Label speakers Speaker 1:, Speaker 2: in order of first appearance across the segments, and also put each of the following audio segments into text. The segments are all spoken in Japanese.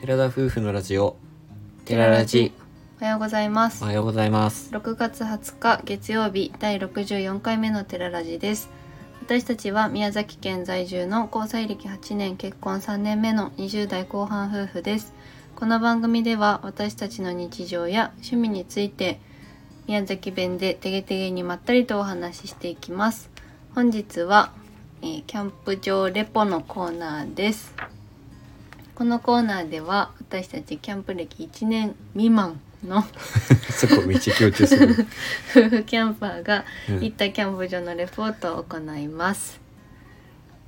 Speaker 1: 寺田夫婦のラジオ寺ラジ
Speaker 2: おはようございます
Speaker 1: おはようございます
Speaker 2: 6月20日月曜日第64回目のテララジです私たちは宮崎県在住の交際歴8年結婚3年目の20代後半夫婦ですこの番組では私たちの日常や趣味について宮崎弁でてげてげにまったりとお話ししていきます本日は、えーキャンプ場レポのコーナーですこのコーナーでは私たちキャンプ歴1年未満の
Speaker 1: そこめっちゃ強調する、
Speaker 2: 夫婦キャンパーが
Speaker 1: うん
Speaker 2: 行ったキャンプ場のレポートを行います。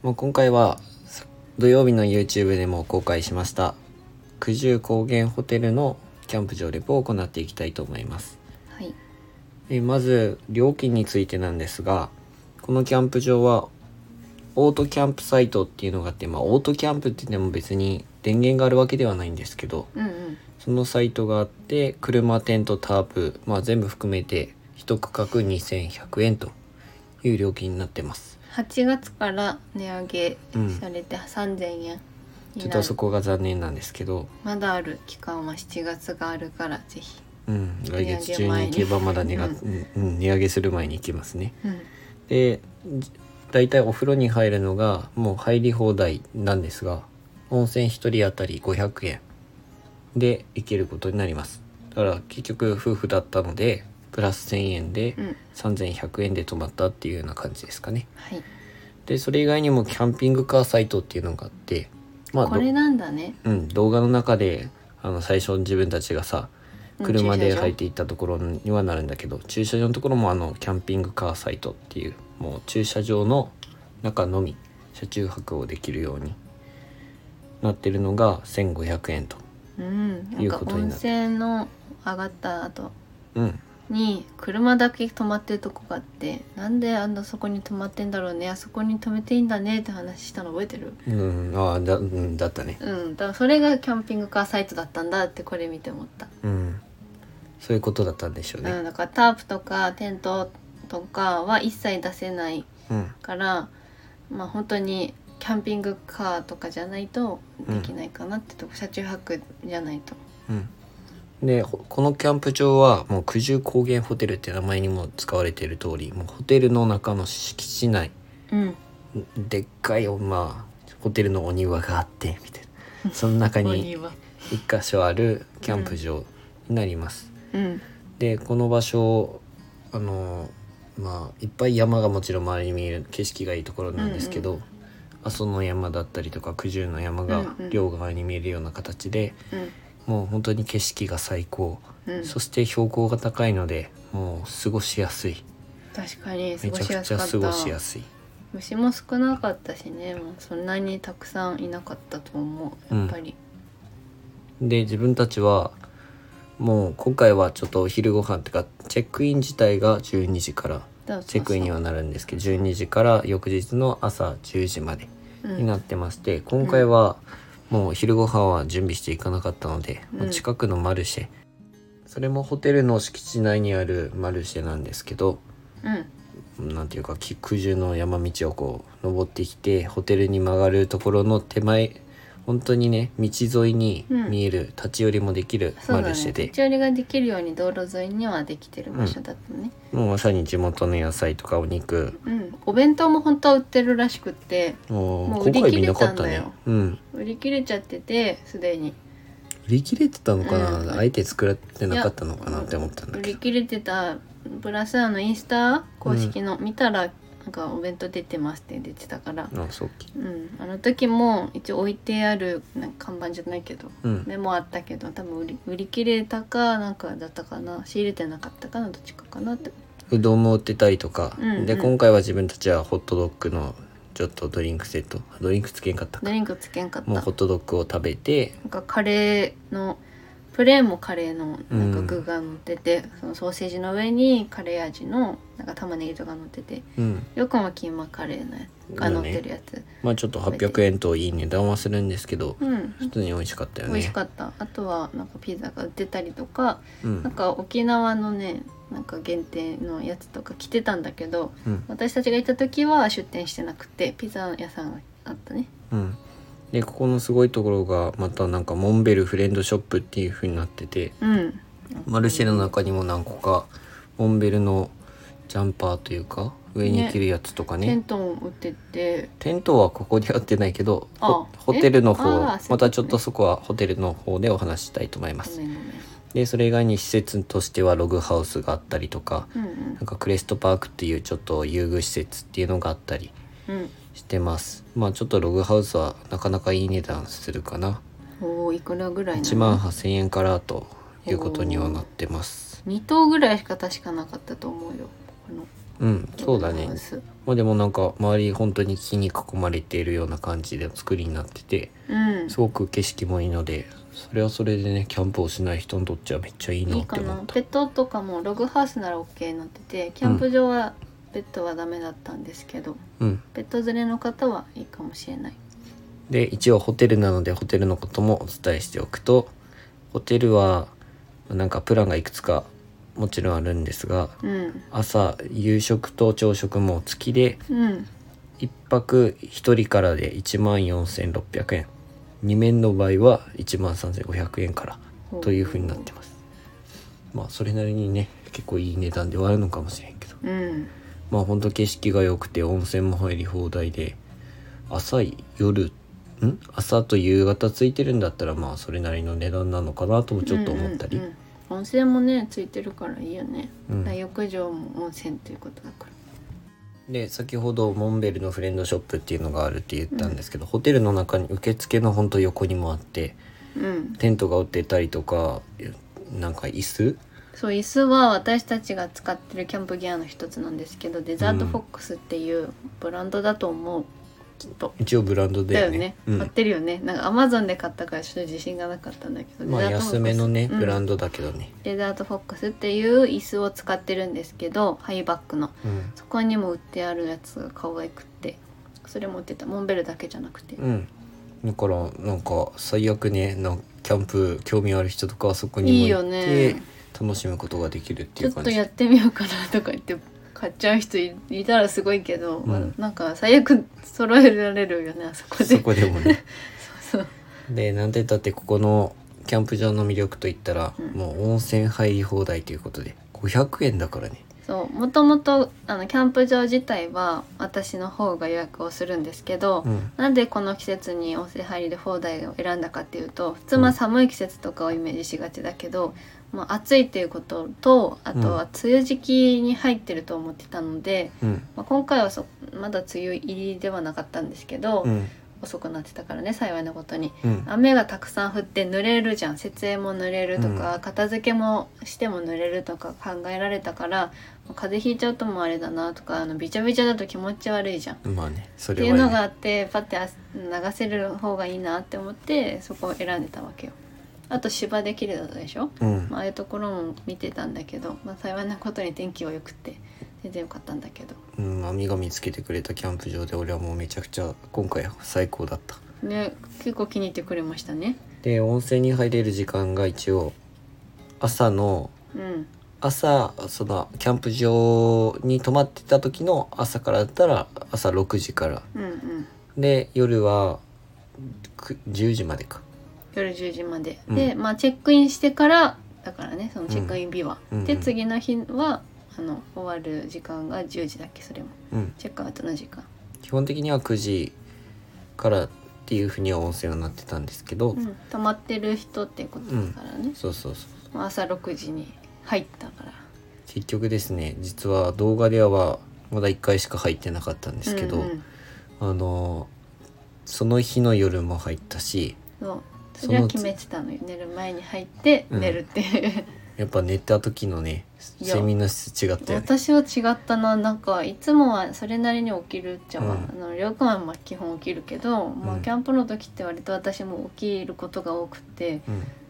Speaker 1: もう今回は土曜日の YouTube でも公開しました九十高原ホテルのキャンプ場レポを行っていきたいと思います
Speaker 2: はい、
Speaker 1: えまず料金についてなんですがこのキャンプ場はオートキャンプサイトっていうのがあって、まあ、オートキャンプって言っても別に電源があるわけではないんですけど
Speaker 2: うんうん、
Speaker 1: そのサイトがあって車テントタープ、まあ、全部含めて1区画2100円という料金になってます
Speaker 2: 8月から値上げ
Speaker 1: うん
Speaker 2: されて3000円になる、
Speaker 1: ちょっとそこが残念なんですけど、
Speaker 2: まだある期間は7月があるからぜひ、
Speaker 1: うん、来
Speaker 2: 値上げ前に
Speaker 1: 月中に行けばまだ値が、うんうん値上げする前に行けますね
Speaker 2: うん、
Speaker 1: でじ大体お風呂に入るのがもう入り放題なんですが温泉1人当たり500円で行けることになりますだから結局夫婦だったのでプラス1000円で
Speaker 2: うん、
Speaker 1: 3100円で泊まったっていうような感じですかね
Speaker 2: はい、
Speaker 1: でそれ以外にもキャンピングカーサイトっていうのがあってまあ
Speaker 2: これなんだね。
Speaker 1: どうん、動画の中であの最初自分たちがさ
Speaker 2: うん
Speaker 1: 車で
Speaker 2: 駐車場
Speaker 1: 入っていったところにはなるんだけど駐車場のところもあのキャンピングカーサイトっていうもう駐車場の中のみ車中泊をできるようになってるのが1500円と
Speaker 2: うん、ないん
Speaker 1: う
Speaker 2: か
Speaker 1: ことにな
Speaker 2: 温
Speaker 1: る
Speaker 2: 泉の上がった後
Speaker 1: うん
Speaker 2: に車だけ止まってるとこがあってなんであんなそこに止まってんだろうねあそこに止めていいんだねって話したの覚えてる
Speaker 1: うんああだ,、うん、だったね
Speaker 2: うん、だからそれがキャンピングカーサイトだったんだってこれ見て思った、
Speaker 1: うんそういうことだったんでしょう
Speaker 2: う
Speaker 1: ね
Speaker 2: ん、だからタープとかテントとかは一切出せない
Speaker 1: うん
Speaker 2: からまあ本当にキャンピングカーとかじゃないとできないかなってとこ、車中泊じゃないと
Speaker 1: うん、でほこのキャンプ場はもう九十高原ホテルって名前にも使われている通りもうホテルの中の敷地内
Speaker 2: うん
Speaker 1: でっかいまあホテルのお庭があってみたいなその中
Speaker 2: お
Speaker 1: に
Speaker 2: 庭
Speaker 1: 一箇所あるキャンプ場になります。
Speaker 2: うん
Speaker 1: でこの場所あのまあいっぱい山がもちろん周りに見える景色がいいところなんですけど、阿蘇の山だったりとか九十の山が
Speaker 2: うんうん
Speaker 1: 両側に見えるような形で、
Speaker 2: うん
Speaker 1: もう本当に景色が最高。
Speaker 2: うん
Speaker 1: そして標高が高いのでもう過ごしやすい
Speaker 2: 確かに過
Speaker 1: め
Speaker 2: ご
Speaker 1: ちゃ
Speaker 2: し
Speaker 1: く
Speaker 2: や
Speaker 1: ち
Speaker 2: す
Speaker 1: ゃ
Speaker 2: かっ
Speaker 1: 過ごしたやすい
Speaker 2: 虫も少なかったしねもうそんなにたくさんいなかったと思うやっぱり、
Speaker 1: で自分たちはもう今回はちょっとお昼ご飯っていうかチェックイン自体が12時から
Speaker 2: だから
Speaker 1: チェックインにはなるんですけど12時から翌日の朝10時まで
Speaker 2: うん
Speaker 1: になってまして今回はもう昼ご飯は準備していかなかったので、
Speaker 2: うん
Speaker 1: もう近くのマルシェそれもホテルの敷地内にあるマルシェなんですけど
Speaker 2: うん
Speaker 1: なんていうかき九十の山道をこう登ってきてホテルに曲がるところの手前本当にね道沿いに
Speaker 2: うん
Speaker 1: 見える、立ち寄りもできる
Speaker 2: そ
Speaker 1: マ
Speaker 2: うだ
Speaker 1: ルシェ
Speaker 2: ね。
Speaker 1: で
Speaker 2: 立ち寄りができるように道路沿いにはできてる場所だったね。
Speaker 1: もうまさに地元の野菜とかお肉
Speaker 2: うん、お弁当も本当は売ってるらしくって、
Speaker 1: もう
Speaker 2: もう売り
Speaker 1: 今回
Speaker 2: 切
Speaker 1: 見
Speaker 2: れ
Speaker 1: なか
Speaker 2: た
Speaker 1: っ
Speaker 2: ん
Speaker 1: た
Speaker 2: だ
Speaker 1: ね
Speaker 2: よ
Speaker 1: うん
Speaker 2: 売り切れちゃっててすでに
Speaker 1: 売り切れてたのかな、
Speaker 2: うん
Speaker 1: あえて作られてなかったのかなって思ったんだ
Speaker 2: 売
Speaker 1: け
Speaker 2: り
Speaker 1: ど
Speaker 2: 切れてたプラスあのインスタ公式の、見たらなんかお弁当出てますって出てたから、
Speaker 1: あそう
Speaker 2: うん、あの時も一応置いてあるなんか看板じゃないけど。
Speaker 1: うん
Speaker 2: メモあったけど多分売り売り切れたかなんかだったかな仕入れてなかったかなどっちかかなって
Speaker 1: うどんも売ってたりとか、
Speaker 2: うんうん
Speaker 1: で今回は自分たちはホットドッグのちょっとドリンクセットあドリンクつけんかった
Speaker 2: ド
Speaker 1: か
Speaker 2: リンクつけんかった
Speaker 1: もうホットドッグを食べて
Speaker 2: なんかカレーのプレーンもカレーのなん
Speaker 1: う
Speaker 2: か
Speaker 1: ん
Speaker 2: 具が乗ってて、そのソーセージの上にカレー味のなんか玉ねぎとか乗ってて
Speaker 1: うん
Speaker 2: よくもキーマカレーのやつが乗ってるやつ、
Speaker 1: まあちょっと800円といい値段はするんですけど
Speaker 2: うん
Speaker 1: 普通に美味しかったよね
Speaker 2: 美味しかったあとはなんかピザが売ってたりとか
Speaker 1: う
Speaker 2: なん
Speaker 1: ん
Speaker 2: か沖縄のねなんか限定のやつとか来てたんだけど
Speaker 1: うん
Speaker 2: 私たちが行った時は出店してなくてピザ屋さんがあったね
Speaker 1: うんでここのすごいところがまたなんかモンベルフレンドショップっていう風になってて
Speaker 2: うん
Speaker 1: マルシェの中にも何個かモンベルのジャンパーというか上に着るやつとかね
Speaker 2: テントも売ってて
Speaker 1: テントはここには売ってないけど
Speaker 2: あ
Speaker 1: ホホ
Speaker 2: え
Speaker 1: テルの
Speaker 2: あ
Speaker 1: 方
Speaker 2: ーそういうことね
Speaker 1: またちょっとそこはホテルの方でお話ししたいと思いま
Speaker 2: ご
Speaker 1: す
Speaker 2: めんごめん
Speaker 1: でそれ以外に施設としてはログハウスがあったりとか
Speaker 2: うん
Speaker 1: なんかクレストパークっていうちょっと遊具施設っていうのがあったり
Speaker 2: うんうん
Speaker 1: してますまあちょっとログハウスはなかなかいい値段するかな
Speaker 2: おーいくらぐらいな
Speaker 1: 1万8,000円からということにはなってます
Speaker 2: 2頭ぐらいしか確かなかったと思うよこの
Speaker 1: うんそうだ
Speaker 2: ハ
Speaker 1: ね
Speaker 2: ウス
Speaker 1: まあでもなんか周り本当に木に囲まれているような感じで作りになってて
Speaker 2: うん
Speaker 1: すごく景色もいいのでそれはそれでねキャンプをしない人にとってはめっちゃいいない
Speaker 2: い
Speaker 1: っ
Speaker 2: か
Speaker 1: て思
Speaker 2: な
Speaker 1: った
Speaker 2: ペットとかもログハウスなら OK になっててキャンプ場はペットはダメだったんですけど、
Speaker 1: うん
Speaker 2: ペット連れの方はいいかもしれない
Speaker 1: で一応ホテルなのでホテルのこともお伝えしておくとホテルはなんかプランがいくつかもちろんあるんですが
Speaker 2: うん
Speaker 1: 朝夕食と朝食も月で
Speaker 2: うん
Speaker 1: 1泊1人からで1万4600円2面の場合は1万3500円からというふうになってますまあそれなりにね結構いい値段ではあるのかもしれんけど
Speaker 2: うん
Speaker 1: まあほんと景色が良くて温泉も入り放題で朝夜ん朝と夕方ついてるんだったらまあそれなりの値段なのかなともちょっと思ったり、
Speaker 2: うんうんうん温泉もねついてるからいいよね、
Speaker 1: うん
Speaker 2: 大浴場も温泉ということだから
Speaker 1: で先ほどモンベルのフレンドショップっていうのがあるって言ったんですけど、ホテルの中に受付のほんと横にもあって
Speaker 2: うん
Speaker 1: テントが売ってたりとかなんか椅子
Speaker 2: そう椅子は私たちが使ってるキャンプギアの一つなんですけどデザートフォックスっていうブランドだと思うきっと
Speaker 1: 一応ブランド
Speaker 2: だ
Speaker 1: だ
Speaker 2: よ
Speaker 1: よ
Speaker 2: ね
Speaker 1: ねうん
Speaker 2: 買ってるよねなんかアマゾンで買ったからちょっと自信がなかったんだけど
Speaker 1: まあ
Speaker 2: デザートフォックス
Speaker 1: 安めのね、
Speaker 2: うん
Speaker 1: ブランドだけどね、
Speaker 2: デザートフォックスっていう椅子を使ってるんですけどハイバックの
Speaker 1: うん
Speaker 2: そこにも売ってあるやつが可愛くってそれも売ってたモンベルだけじゃなくて
Speaker 1: うん、だからなんか最悪ねなんかキャンプ興味ある人とかはそこに
Speaker 2: いい
Speaker 1: も
Speaker 2: よ
Speaker 1: 行って
Speaker 2: ね
Speaker 1: 楽しむことができるって
Speaker 2: ち
Speaker 1: い
Speaker 2: ょ
Speaker 1: う
Speaker 2: っ
Speaker 1: 感
Speaker 2: と
Speaker 1: じ
Speaker 2: やってみようかなとか言って買っちゃう人いいたらすごいけど、
Speaker 1: うん
Speaker 2: まあなんか最悪揃えられるよねあそこで
Speaker 1: そこでもね
Speaker 2: そうそう
Speaker 1: でなんて言ったってここのキャンプ場の魅力といったら、
Speaker 2: うん
Speaker 1: もう温泉入り放題ということで500円だからね
Speaker 2: そうもともとあのキャンプ場自体は私の方が予約をするんですけど、
Speaker 1: うん
Speaker 2: なんでこの季節に温泉入りで放題を選んだかっていうと普通まあ寒い季節とかをイメージしがちだけど、まあ、暑いっていうこととあとは梅雨時期に入ってると思ってたので、
Speaker 1: うん
Speaker 2: まあ、今回はそまだ梅雨入りではなかったんですけど、
Speaker 1: うん
Speaker 2: 遅くなってたからね幸いなことに
Speaker 1: うん
Speaker 2: 雨がたくさん降って濡れるじゃん設営も濡れるとか、
Speaker 1: う
Speaker 2: 片付けもしても濡れるとか考えられたから風邪ひいちゃうともあれだなとかあのびちゃびちゃだと気持ち悪いじゃん。
Speaker 1: まあねそ
Speaker 2: っ
Speaker 1: れ
Speaker 2: てい
Speaker 1: は
Speaker 2: う
Speaker 1: ね、
Speaker 2: のがあってパッてあ流せる方がいいなって思ってそこを選んでたわけよ。あと芝で綺麗だったでしょ、
Speaker 1: うん
Speaker 2: まあ、ああいうところも見てたんだけど、まあ、幸いなことに天気は良くて全然良かったんだけど
Speaker 1: うん、網が見つけてくれたキャンプ場で俺はもうめちゃくちゃ今回最高だった
Speaker 2: ね結構気に入ってくれましたね。
Speaker 1: で温泉に入れる時間が一応朝の
Speaker 2: うん、
Speaker 1: 朝そのキャンプ場に泊まってた時の朝からだったら朝6時から
Speaker 2: うん、うん
Speaker 1: で夜はく10時までか
Speaker 2: 夜10時まで、
Speaker 1: うん
Speaker 2: で、まあ、チェックインしてからだからねそのチェックイン日は、
Speaker 1: うんうん
Speaker 2: で
Speaker 1: うん
Speaker 2: 次の日はあの終わる時間が10時だっけそれも
Speaker 1: うん
Speaker 2: チェックアウトの時間、
Speaker 1: 基本的には9時からっていうふうには温泉はなってたんですけど、
Speaker 2: うん、泊まってる人ってことだからね、
Speaker 1: そうそうそう
Speaker 2: まあ朝6時に入ったから
Speaker 1: 結局ですね実は動画ではまだ1回しか入ってなかったんですけど、
Speaker 2: うんうん
Speaker 1: あのその日の夜も入ったし
Speaker 2: そうそれは
Speaker 1: その
Speaker 2: 決めてたのよ寝る前に入って
Speaker 1: うん
Speaker 2: 寝るっ ていう、
Speaker 1: やっぱ寝た時のね
Speaker 2: いや
Speaker 1: 睡眠の質違ったよね
Speaker 2: 私は違ったななんかいつもはそれなりに起きるっちゃ、
Speaker 1: うん
Speaker 2: あのりょうくんはまあ基本起きるけど、まあ、
Speaker 1: うん
Speaker 2: キャンプの時って割と私も起きることが多くて、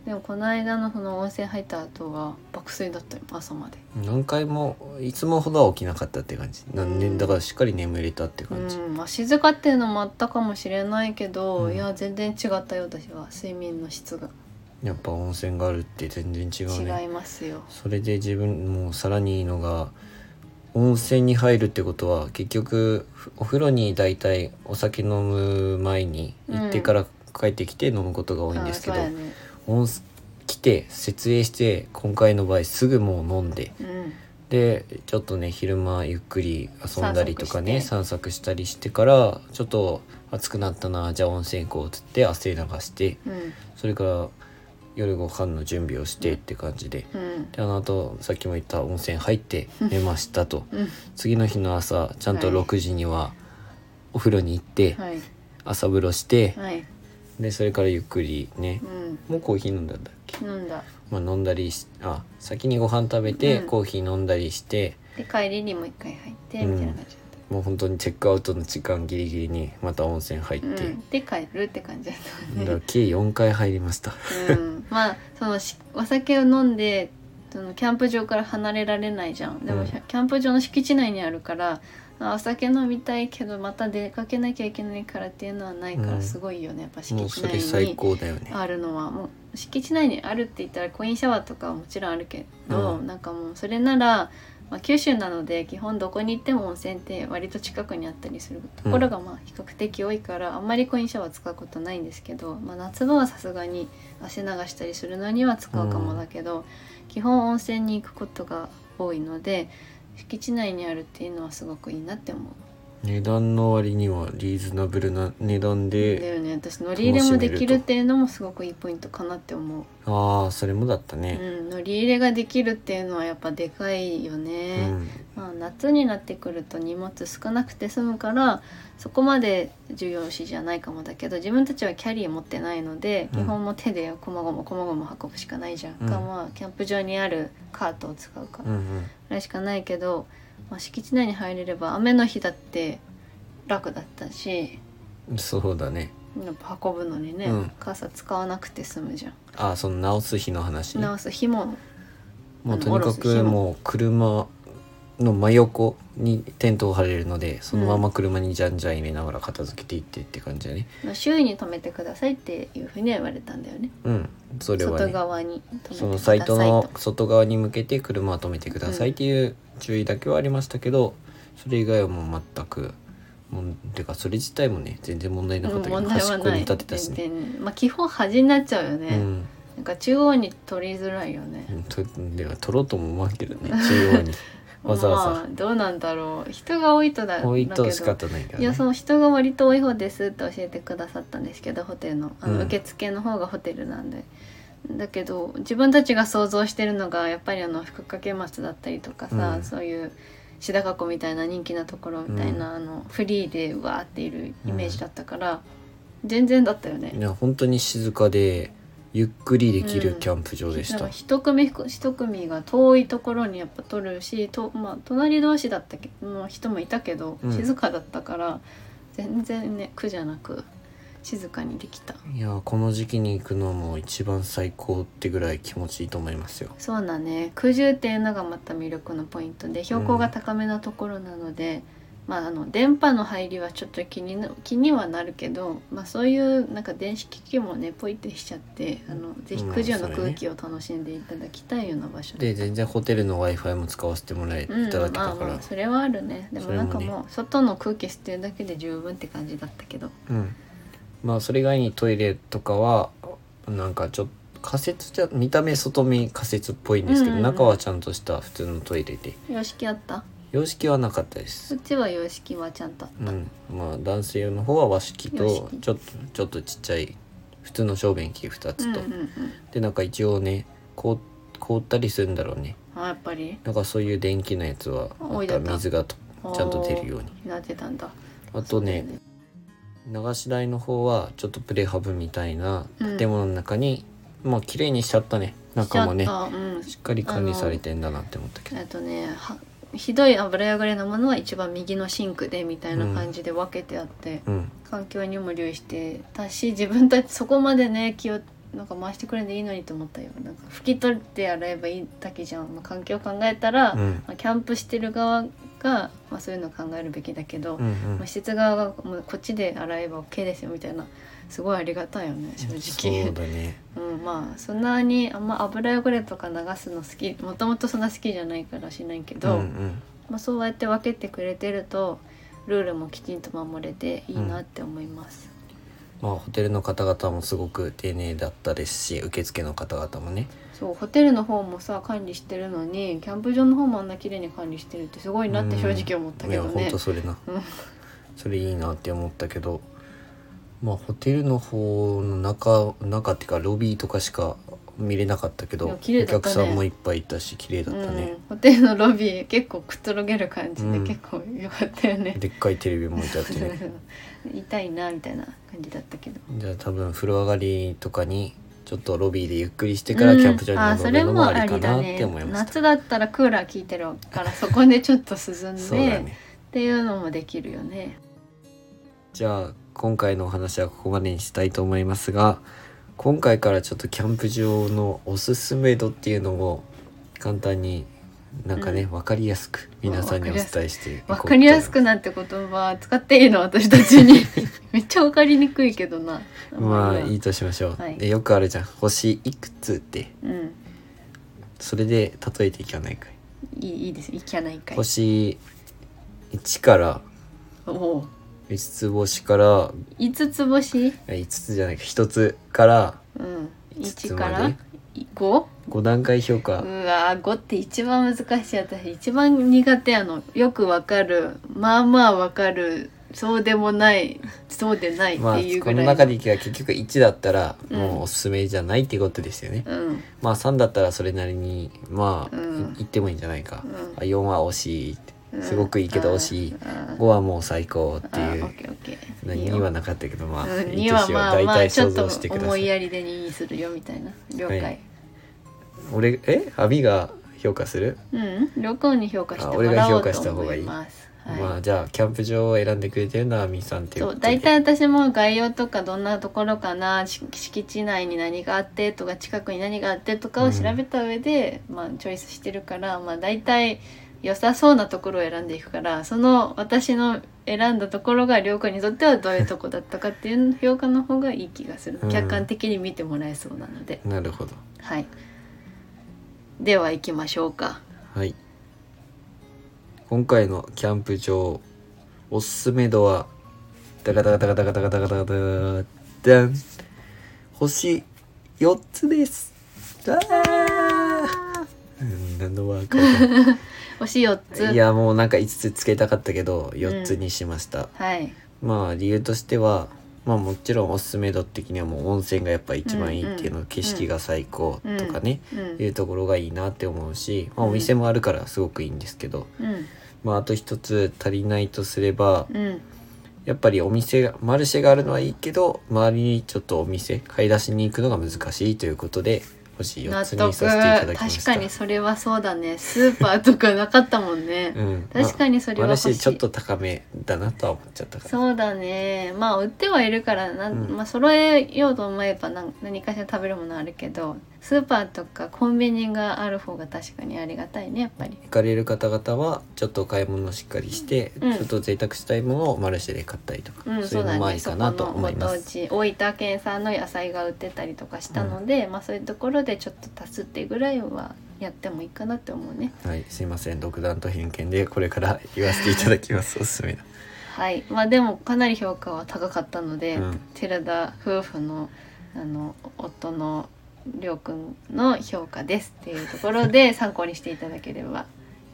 Speaker 2: でもこの間のその温泉入った後は爆睡だったよ朝まで
Speaker 1: うん、何回もいつもほどは起きなかったって感じなんで
Speaker 2: うん
Speaker 1: だからしっかり眠れたって
Speaker 2: う
Speaker 1: 感じ、
Speaker 2: ん、まあ、静かっていうのもあったかもしれないけど、
Speaker 1: うん
Speaker 2: いや全然違ったよ私は睡眠の質が
Speaker 1: やっぱ温泉があるって全然違うね
Speaker 2: 違いますよ、
Speaker 1: それで自分もうさらにいいのが温泉に入るってことは結局ふお風呂に大体お酒飲む前に行ってから帰ってきて飲むことが多いんですけど、
Speaker 2: あーそうやね
Speaker 1: 温泉来て設営して今回の場合すぐもう飲んで
Speaker 2: うん
Speaker 1: でちょっとね昼間ゆっくり遊んだりとかね散
Speaker 2: 散
Speaker 1: 策したりしてからちょっと暑くなったなじゃあ温泉行こうっつって汗流して
Speaker 2: うん
Speaker 1: それから夜ご飯の準備をしてって感じで。
Speaker 2: うん
Speaker 1: であの後さっきも言った温泉入って寝ましたと
Speaker 2: うん
Speaker 1: 次の日の朝ちゃんと
Speaker 2: はい
Speaker 1: 6時にはお風呂に行って
Speaker 2: はい
Speaker 1: 朝風呂して
Speaker 2: はい
Speaker 1: でそれからゆっくりね
Speaker 2: うん
Speaker 1: もうコーヒー飲んだんだっけ、
Speaker 2: 飲んだ
Speaker 1: まあ、飲んだりしあ先にご飯食べて
Speaker 2: うん
Speaker 1: コーヒー飲んだりして、
Speaker 2: で帰りにもう一回入ってみたいな感じだっ
Speaker 1: もう本当にチェックアウトの時間ギリギリにまた温泉入って、
Speaker 2: た、うん、で帰るって感じだった
Speaker 1: だ
Speaker 2: ね
Speaker 1: から計4回入りました
Speaker 2: うん、まあそのしお酒を飲んでそのキャンプ場から離れられないじゃんでも、
Speaker 1: うん
Speaker 2: キャンプ場の敷地内にあるからあお酒飲みたいけどまた出かけなきゃいけないからっていうのはないか
Speaker 1: う
Speaker 2: ら
Speaker 1: ん
Speaker 2: すごいよね、やっぱ
Speaker 1: も
Speaker 2: 敷
Speaker 1: う
Speaker 2: 地
Speaker 1: それ
Speaker 2: 内
Speaker 1: 最
Speaker 2: に
Speaker 1: 高だよね
Speaker 2: あるのはもう敷地内にあるって言ったらコインシャワーとかはもちろんあるけど、
Speaker 1: うん
Speaker 2: なんかもうそれなら、まあ、九州なので基本どこに行っても温泉って割と近くにあったりするところがまあ比較的多いからあんまりコインシャワー使うことないんですけど、まあ、夏場はさすがに汗流したりするのには使うかもだけど、基本温泉に行くことが多いので敷地内にあるっていうのはすごくいいなって思う。
Speaker 1: 値段の割にはリーズナブルな値段
Speaker 2: だ
Speaker 1: で、
Speaker 2: よね私乗り入れもできるっていうのもすごくいいポイントかなって思う。
Speaker 1: ああそれもだったね、
Speaker 2: うん、乗り入れができるっていうのはやっぱでかいよ
Speaker 1: う
Speaker 2: ね、
Speaker 1: ん
Speaker 2: まあ、夏になってくると荷物少なくて済むからそこまで重要視じゃないかもだけど自分たちはキャリー持ってないので、
Speaker 1: うん
Speaker 2: 基本も手でこまごまこまごま運ぶしかないじゃん、
Speaker 1: うん
Speaker 2: かまあキャンプ場にあるカートを使うか
Speaker 1: うんうん
Speaker 2: あれしかないけど、まあ、敷地内に入れれば雨の日だって楽だったし
Speaker 1: そうだね
Speaker 2: やっぱ運ぶのにね、
Speaker 1: うん
Speaker 2: 傘使わなくて済むじゃん。
Speaker 1: ああその直す日の話
Speaker 2: 直す日も
Speaker 1: もう
Speaker 2: あの
Speaker 1: とにか
Speaker 2: 下ろす日
Speaker 1: く
Speaker 2: も
Speaker 1: もう車の真横にテントを張れるのでそのまま車にじゃんじゃん入れながら片付けていってって感じだね
Speaker 2: 周囲に止めてくださいっていうふうには言われたんだよね
Speaker 1: うんそれは
Speaker 2: 外
Speaker 1: ね
Speaker 2: 側に止めてくださいと
Speaker 1: そのサイトの外側に向けて車は止めてくださいっていう注意だけはありましたけど、それ以外はもう全くもうてかそれ自体もね全然問題なかったけど、
Speaker 2: 問題
Speaker 1: 端
Speaker 2: は
Speaker 1: っこに
Speaker 2: ない
Speaker 1: 立てたしね。
Speaker 2: 全然まあ基本端になっちゃうよね、
Speaker 1: うん
Speaker 2: なんか中央に取りづらいよね、
Speaker 1: とでは取ろうとも思わんけどね中央にわざわ
Speaker 2: まあどうなんだろう人が多いとだ
Speaker 1: ざ置いと
Speaker 2: だ
Speaker 1: 仕方ないから
Speaker 2: いやそ
Speaker 1: ね。
Speaker 2: の人が割と多い方ですって教えてくださったんですけどホテルのあ
Speaker 1: うん
Speaker 2: の受付の方がホテルなんで、だけど自分たちが想像してるのがやっぱりあの福掛松だったりとかさ、
Speaker 1: うん
Speaker 2: そういう白河湖みたいな人気なところみたいな、あのフリーでうわーっているイメージだったから、全然だったよね。
Speaker 1: いや本当に静かでゆっくりできるキャンプ場でし
Speaker 2: なん
Speaker 1: た。
Speaker 2: か一組一組が遠いところにやっぱ取るしと、まあ、隣同士だったけの人もいたけど
Speaker 1: うん
Speaker 2: 静かだったから、全然ね苦じゃなく静かにできた
Speaker 1: いやこの時期に行くのはもう一番最高ってぐらい気持ちいいと思いますよ。
Speaker 2: そうだね九十っていうのがまた魅力のポイントで標高が高めなところなので、まあ、あの電波の入りはちょっと気にな気にはなるけど、まあ、そういうなんか電子機器もねポイってしちゃってあのぜひ
Speaker 1: うん
Speaker 2: 九十の
Speaker 1: それ
Speaker 2: 空
Speaker 1: ね
Speaker 2: 気を楽しんでいただきたいような場所
Speaker 1: で全然ホテルの w i f i も使わせてもらえい
Speaker 2: うん
Speaker 1: ただけたか
Speaker 2: まあま
Speaker 1: ら
Speaker 2: あ、それはあるねでも
Speaker 1: それ
Speaker 2: な
Speaker 1: も
Speaker 2: ん
Speaker 1: ね
Speaker 2: かもう外の空気吸ってるだけで十分って感じだったけど
Speaker 1: うん、まあそれ以外にトイレとかはなんかちょっと仮設じゃ見た目外見仮設っぽいんですけど、
Speaker 2: うんうんうん
Speaker 1: 中はちゃんとした普通のトイレで
Speaker 2: 様式あった
Speaker 1: 洋式はなかったで
Speaker 2: そ
Speaker 1: す
Speaker 2: っ、ちは様式はちゃんとあ
Speaker 1: う
Speaker 2: った、
Speaker 1: ん、まあ男性用の方は和式
Speaker 2: 洋
Speaker 1: と
Speaker 2: 式
Speaker 1: ちょっとちょっとちっちゃい普通の小便器2つと、
Speaker 2: うんうんうん
Speaker 1: でなんか一応ね凍凍ったりするんだろうね
Speaker 2: あやっぱり
Speaker 1: なんかそういう電気のやつはあ
Speaker 2: 置
Speaker 1: っ
Speaker 2: いてあ
Speaker 1: た
Speaker 2: った
Speaker 1: 水がとちゃんと出るように
Speaker 2: なってたんだ
Speaker 1: あとね流し台の方はちょっとプレハブみたいな建物の中に、まあ綺麗にしちゃったね中もね
Speaker 2: しちゃったうん
Speaker 1: しっかり管理されてんだなって思ったけど
Speaker 2: えっとねはひどい油汚れのものは一番右のシンクでみたいな感じで分けてあって、
Speaker 1: うん
Speaker 2: 環境にも留意してたし自分たちそこまでね気をなんか回してくれんでいいのにと思ったよなんか拭き取って洗えばいいだけじゃん、まあ、環境を考えたら、
Speaker 1: うんうん
Speaker 2: まあ、キャンプしてる側が、まあ、そういうのを考えるべきだけど、
Speaker 1: うん
Speaker 2: まあ、施設側がもうこっちで洗えば OK ですよみたいなすごいありがたいよね正
Speaker 1: そ
Speaker 2: 直
Speaker 1: うだね
Speaker 2: うん、まあそんなにあんま油汚れとか流すの好きもともとそんな好きじゃないからしないけど、
Speaker 1: うん
Speaker 2: まあ、そうやって分けてくれてるとルールもきちんと守れていいなって思います。
Speaker 1: うまあホテルの方々もすごく丁寧だったですし受付の方々もね
Speaker 2: そうホテルの方もさ管理してるのにキャンプ場の方もあんな綺麗に管理してるってすごいなって正直思った
Speaker 1: い
Speaker 2: け
Speaker 1: や
Speaker 2: ど
Speaker 1: 本
Speaker 2: ね
Speaker 1: 当それな
Speaker 2: うん
Speaker 1: それいいなって思ったけどまあホテルの方の中中っていうかロビーとかしか見れなかったけ
Speaker 2: いや
Speaker 1: ど
Speaker 2: 綺麗
Speaker 1: お
Speaker 2: だった
Speaker 1: 客
Speaker 2: ね
Speaker 1: さんもいっぱいいたし綺麗だった
Speaker 2: う
Speaker 1: ね
Speaker 2: ん、、ホテルのロビー結構くつろげる感じで
Speaker 1: うん
Speaker 2: 結構良かったよね、
Speaker 1: でっかいテレビも置いてあってね
Speaker 2: 痛いなみたいな感じだったけど
Speaker 1: じゃあ多分風呂上がりとかにちょっとロビーでゆっくりしてからキャンプ場に戻るのもありかなって思いました、
Speaker 2: 夏だったらクーラー効いてるからそこでちょっと涼んで、
Speaker 1: そうだね
Speaker 2: っていうのもできるよね
Speaker 1: じゃあ今回のお話はここまでにしたいと思いますが今回からちょっとキャンプ場のおすすめ度っていうのを簡単になんかね、
Speaker 2: う
Speaker 1: 分かりやすく皆さんにお伝えしていこう
Speaker 2: わかりやすくなって言葉使っていいの私たち にめっちゃわかりにくいけどな
Speaker 1: まあ
Speaker 2: いいわ
Speaker 1: いいとしましょう、
Speaker 2: はい
Speaker 1: でよくあるじゃん星いくつって
Speaker 2: うん
Speaker 1: それで例えていかないかい、
Speaker 2: いいいいですいきゃないかい
Speaker 1: 星1から
Speaker 2: おお
Speaker 1: 5つ星から
Speaker 2: 五つ星
Speaker 1: 5つじゃないか1つから
Speaker 2: うん一
Speaker 1: つ
Speaker 2: か
Speaker 1: ま
Speaker 2: ら
Speaker 1: で
Speaker 2: 五
Speaker 1: 5段階評価、
Speaker 2: うわー5って一番難しい私一番苦手やのよくわかるまあまあわかるそうでもないそうでないっ
Speaker 1: まあ
Speaker 2: ていう
Speaker 1: こ
Speaker 2: ぐ
Speaker 1: の
Speaker 2: らい
Speaker 1: 中でいけば結局1だったら
Speaker 2: うん
Speaker 1: もうおすすめじゃないってことですよね、
Speaker 2: うんうん
Speaker 1: まあ3だったらそれなりにまあ、
Speaker 2: うん
Speaker 1: い言ってもいいんじゃないか、
Speaker 2: うん
Speaker 1: あ4は惜しいって
Speaker 2: うん
Speaker 1: すごくいいけど惜しい
Speaker 2: あー
Speaker 1: 5はもう最高って
Speaker 2: あ
Speaker 1: い
Speaker 2: ーオ
Speaker 1: う
Speaker 2: ッケーオッケーいい
Speaker 1: 2
Speaker 2: よ
Speaker 1: はなかったけどまあ
Speaker 2: うん
Speaker 1: いい
Speaker 2: に
Speaker 1: と
Speaker 2: は
Speaker 1: しよう
Speaker 2: まあ
Speaker 1: 大
Speaker 2: まあ
Speaker 1: 体
Speaker 2: ちょ
Speaker 1: 想
Speaker 2: っと
Speaker 1: 像してくだ
Speaker 2: 思
Speaker 1: さい,、
Speaker 2: いやりでにするよみたいな了解、
Speaker 1: はい俺えアビが評価する、
Speaker 2: うん了解に評価しても
Speaker 1: あ俺が
Speaker 2: らお
Speaker 1: 評
Speaker 2: う
Speaker 1: 価した
Speaker 2: と
Speaker 1: 方
Speaker 2: 思
Speaker 1: がいい
Speaker 2: います
Speaker 1: ま
Speaker 2: は
Speaker 1: あじゃあキャンプ場を選んでくれてるのはアミさんっ
Speaker 2: い、
Speaker 1: ていう
Speaker 2: そ
Speaker 1: こと
Speaker 2: う
Speaker 1: で
Speaker 2: 大体私も概要とかどんなところかなし敷地内に何があってとか近くに何があってとかを調べた上で、まあ、チョイスしてるから、まあ、大体良さそうなところを選んでいくからその私の選んだところが涼子にとってはどういうとこだったかっていう評価の方がいい気がする、
Speaker 1: うん
Speaker 2: 客観的に見てもらえそうなので
Speaker 1: なるほど
Speaker 2: はい。では行きましょうか。
Speaker 1: はい今回のキャンプ場おすすめ度はダカダカダカダカダカダカダカダカダン星4つですあーうん何のワークか
Speaker 2: 星四つ。
Speaker 1: いやもうなんか5つつけたかったけど4つにしました、
Speaker 2: はい。
Speaker 1: まあ理由としてはまあもちろんおすすめ度的にはもう温泉がやっぱ一番いいっていうの、
Speaker 2: うんうん
Speaker 1: 景色が最高とかね、
Speaker 2: う
Speaker 1: い
Speaker 2: ん。
Speaker 1: うところがいいなって思うし、まあ、
Speaker 2: うん
Speaker 1: お店もあるからすごくいいんですけど、
Speaker 2: うん。
Speaker 1: まあ、あと一つ足りないとすれば
Speaker 2: うん。
Speaker 1: やっぱりお店がマルシェがあるのはいいけど周りにちょっとお店買い出しに行くのが難しいということで星4
Speaker 2: 納
Speaker 1: つにさせていただ
Speaker 2: 得。
Speaker 1: きまし
Speaker 2: 確
Speaker 1: た。
Speaker 2: かにそれはそうだね。スーパーとかなかったもんね。
Speaker 1: うん、
Speaker 2: 確かにそれ
Speaker 1: まあ
Speaker 2: は
Speaker 1: マ
Speaker 2: 欲
Speaker 1: ル
Speaker 2: しい
Speaker 1: シェちょっと高めだなとは思っちゃったから
Speaker 2: そうだね。まあ売ってはいるからなん、
Speaker 1: うん
Speaker 2: まあ揃えようと思えばなん何かしら食べるものあるけど、スーパーとかコンビニがある方が確かにありがたいねやっぱり。
Speaker 1: 行かれる方々はちょっとお買い物をしっかりして、
Speaker 2: うん
Speaker 1: ちょっと贅沢したいものをマルシェで買ったりとか、
Speaker 2: うん、
Speaker 1: そう
Speaker 2: そ
Speaker 1: いう
Speaker 2: うだ
Speaker 1: のもあ
Speaker 2: ね。
Speaker 1: り
Speaker 2: そ
Speaker 1: か
Speaker 2: こ
Speaker 1: な
Speaker 2: の
Speaker 1: と思いま
Speaker 2: ご当
Speaker 1: す。
Speaker 2: 地大分県産の野菜が売ってたりとかしたので、まあそういうところでちょっと足すってぐらいはやってもいいかなって思うね。
Speaker 1: はい、すいません独断と偏見でこれから言わせていただきますおすすめだ。
Speaker 2: はい。まあでもかなり評価は高かったので、
Speaker 1: うん
Speaker 2: 寺田夫婦のあの夫のりょうくんの評価ですっていうところ で参考にしていただければ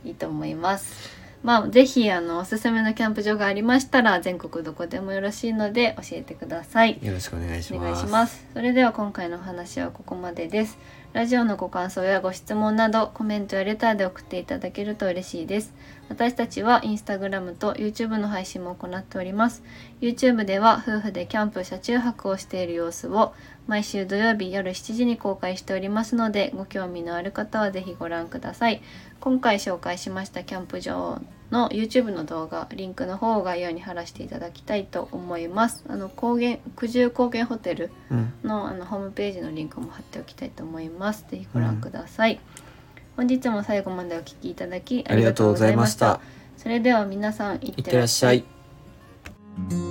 Speaker 2: いいと思います。まあぜひあのおすすめのキャンプ場がありましたら全国どこでもよろしいので教えてください。
Speaker 1: よろしくお願いし
Speaker 2: お
Speaker 1: ま
Speaker 2: 願い
Speaker 1: す。
Speaker 2: しますそれでは今回のお話はここまでですラジオのご感想やご質問などコメントやレターで送っていただけると嬉しいです私たちはインスタグラムと YouTube の配信も行っております YouTube では夫婦でキャンプ車中泊をしている様子を毎週土曜日夜7時に公開しておりますのでご興味のある方はぜひご覧ください今回紹介しましたキャンプ場の YouTube の動画リンクの方を概要に貼らせていただきたいと思いますあの高原九十高原ホテル
Speaker 1: うん
Speaker 2: のあのホームページのリンクも貼っておきたいと思いますぜひご覧ください、本日も最後までお聞きいただきあ
Speaker 1: あ
Speaker 2: り
Speaker 1: り
Speaker 2: が
Speaker 1: が
Speaker 2: と
Speaker 1: と
Speaker 2: う
Speaker 1: う
Speaker 2: ご
Speaker 1: ご
Speaker 2: ざ
Speaker 1: ざ
Speaker 2: い
Speaker 1: い
Speaker 2: ま
Speaker 1: ま
Speaker 2: し
Speaker 1: したた。
Speaker 2: それでは皆さんいっ
Speaker 1: いってて
Speaker 2: ら
Speaker 1: ら
Speaker 2: っ
Speaker 1: っ
Speaker 2: し
Speaker 1: し
Speaker 2: ゃ
Speaker 1: ゃ
Speaker 2: い
Speaker 1: い。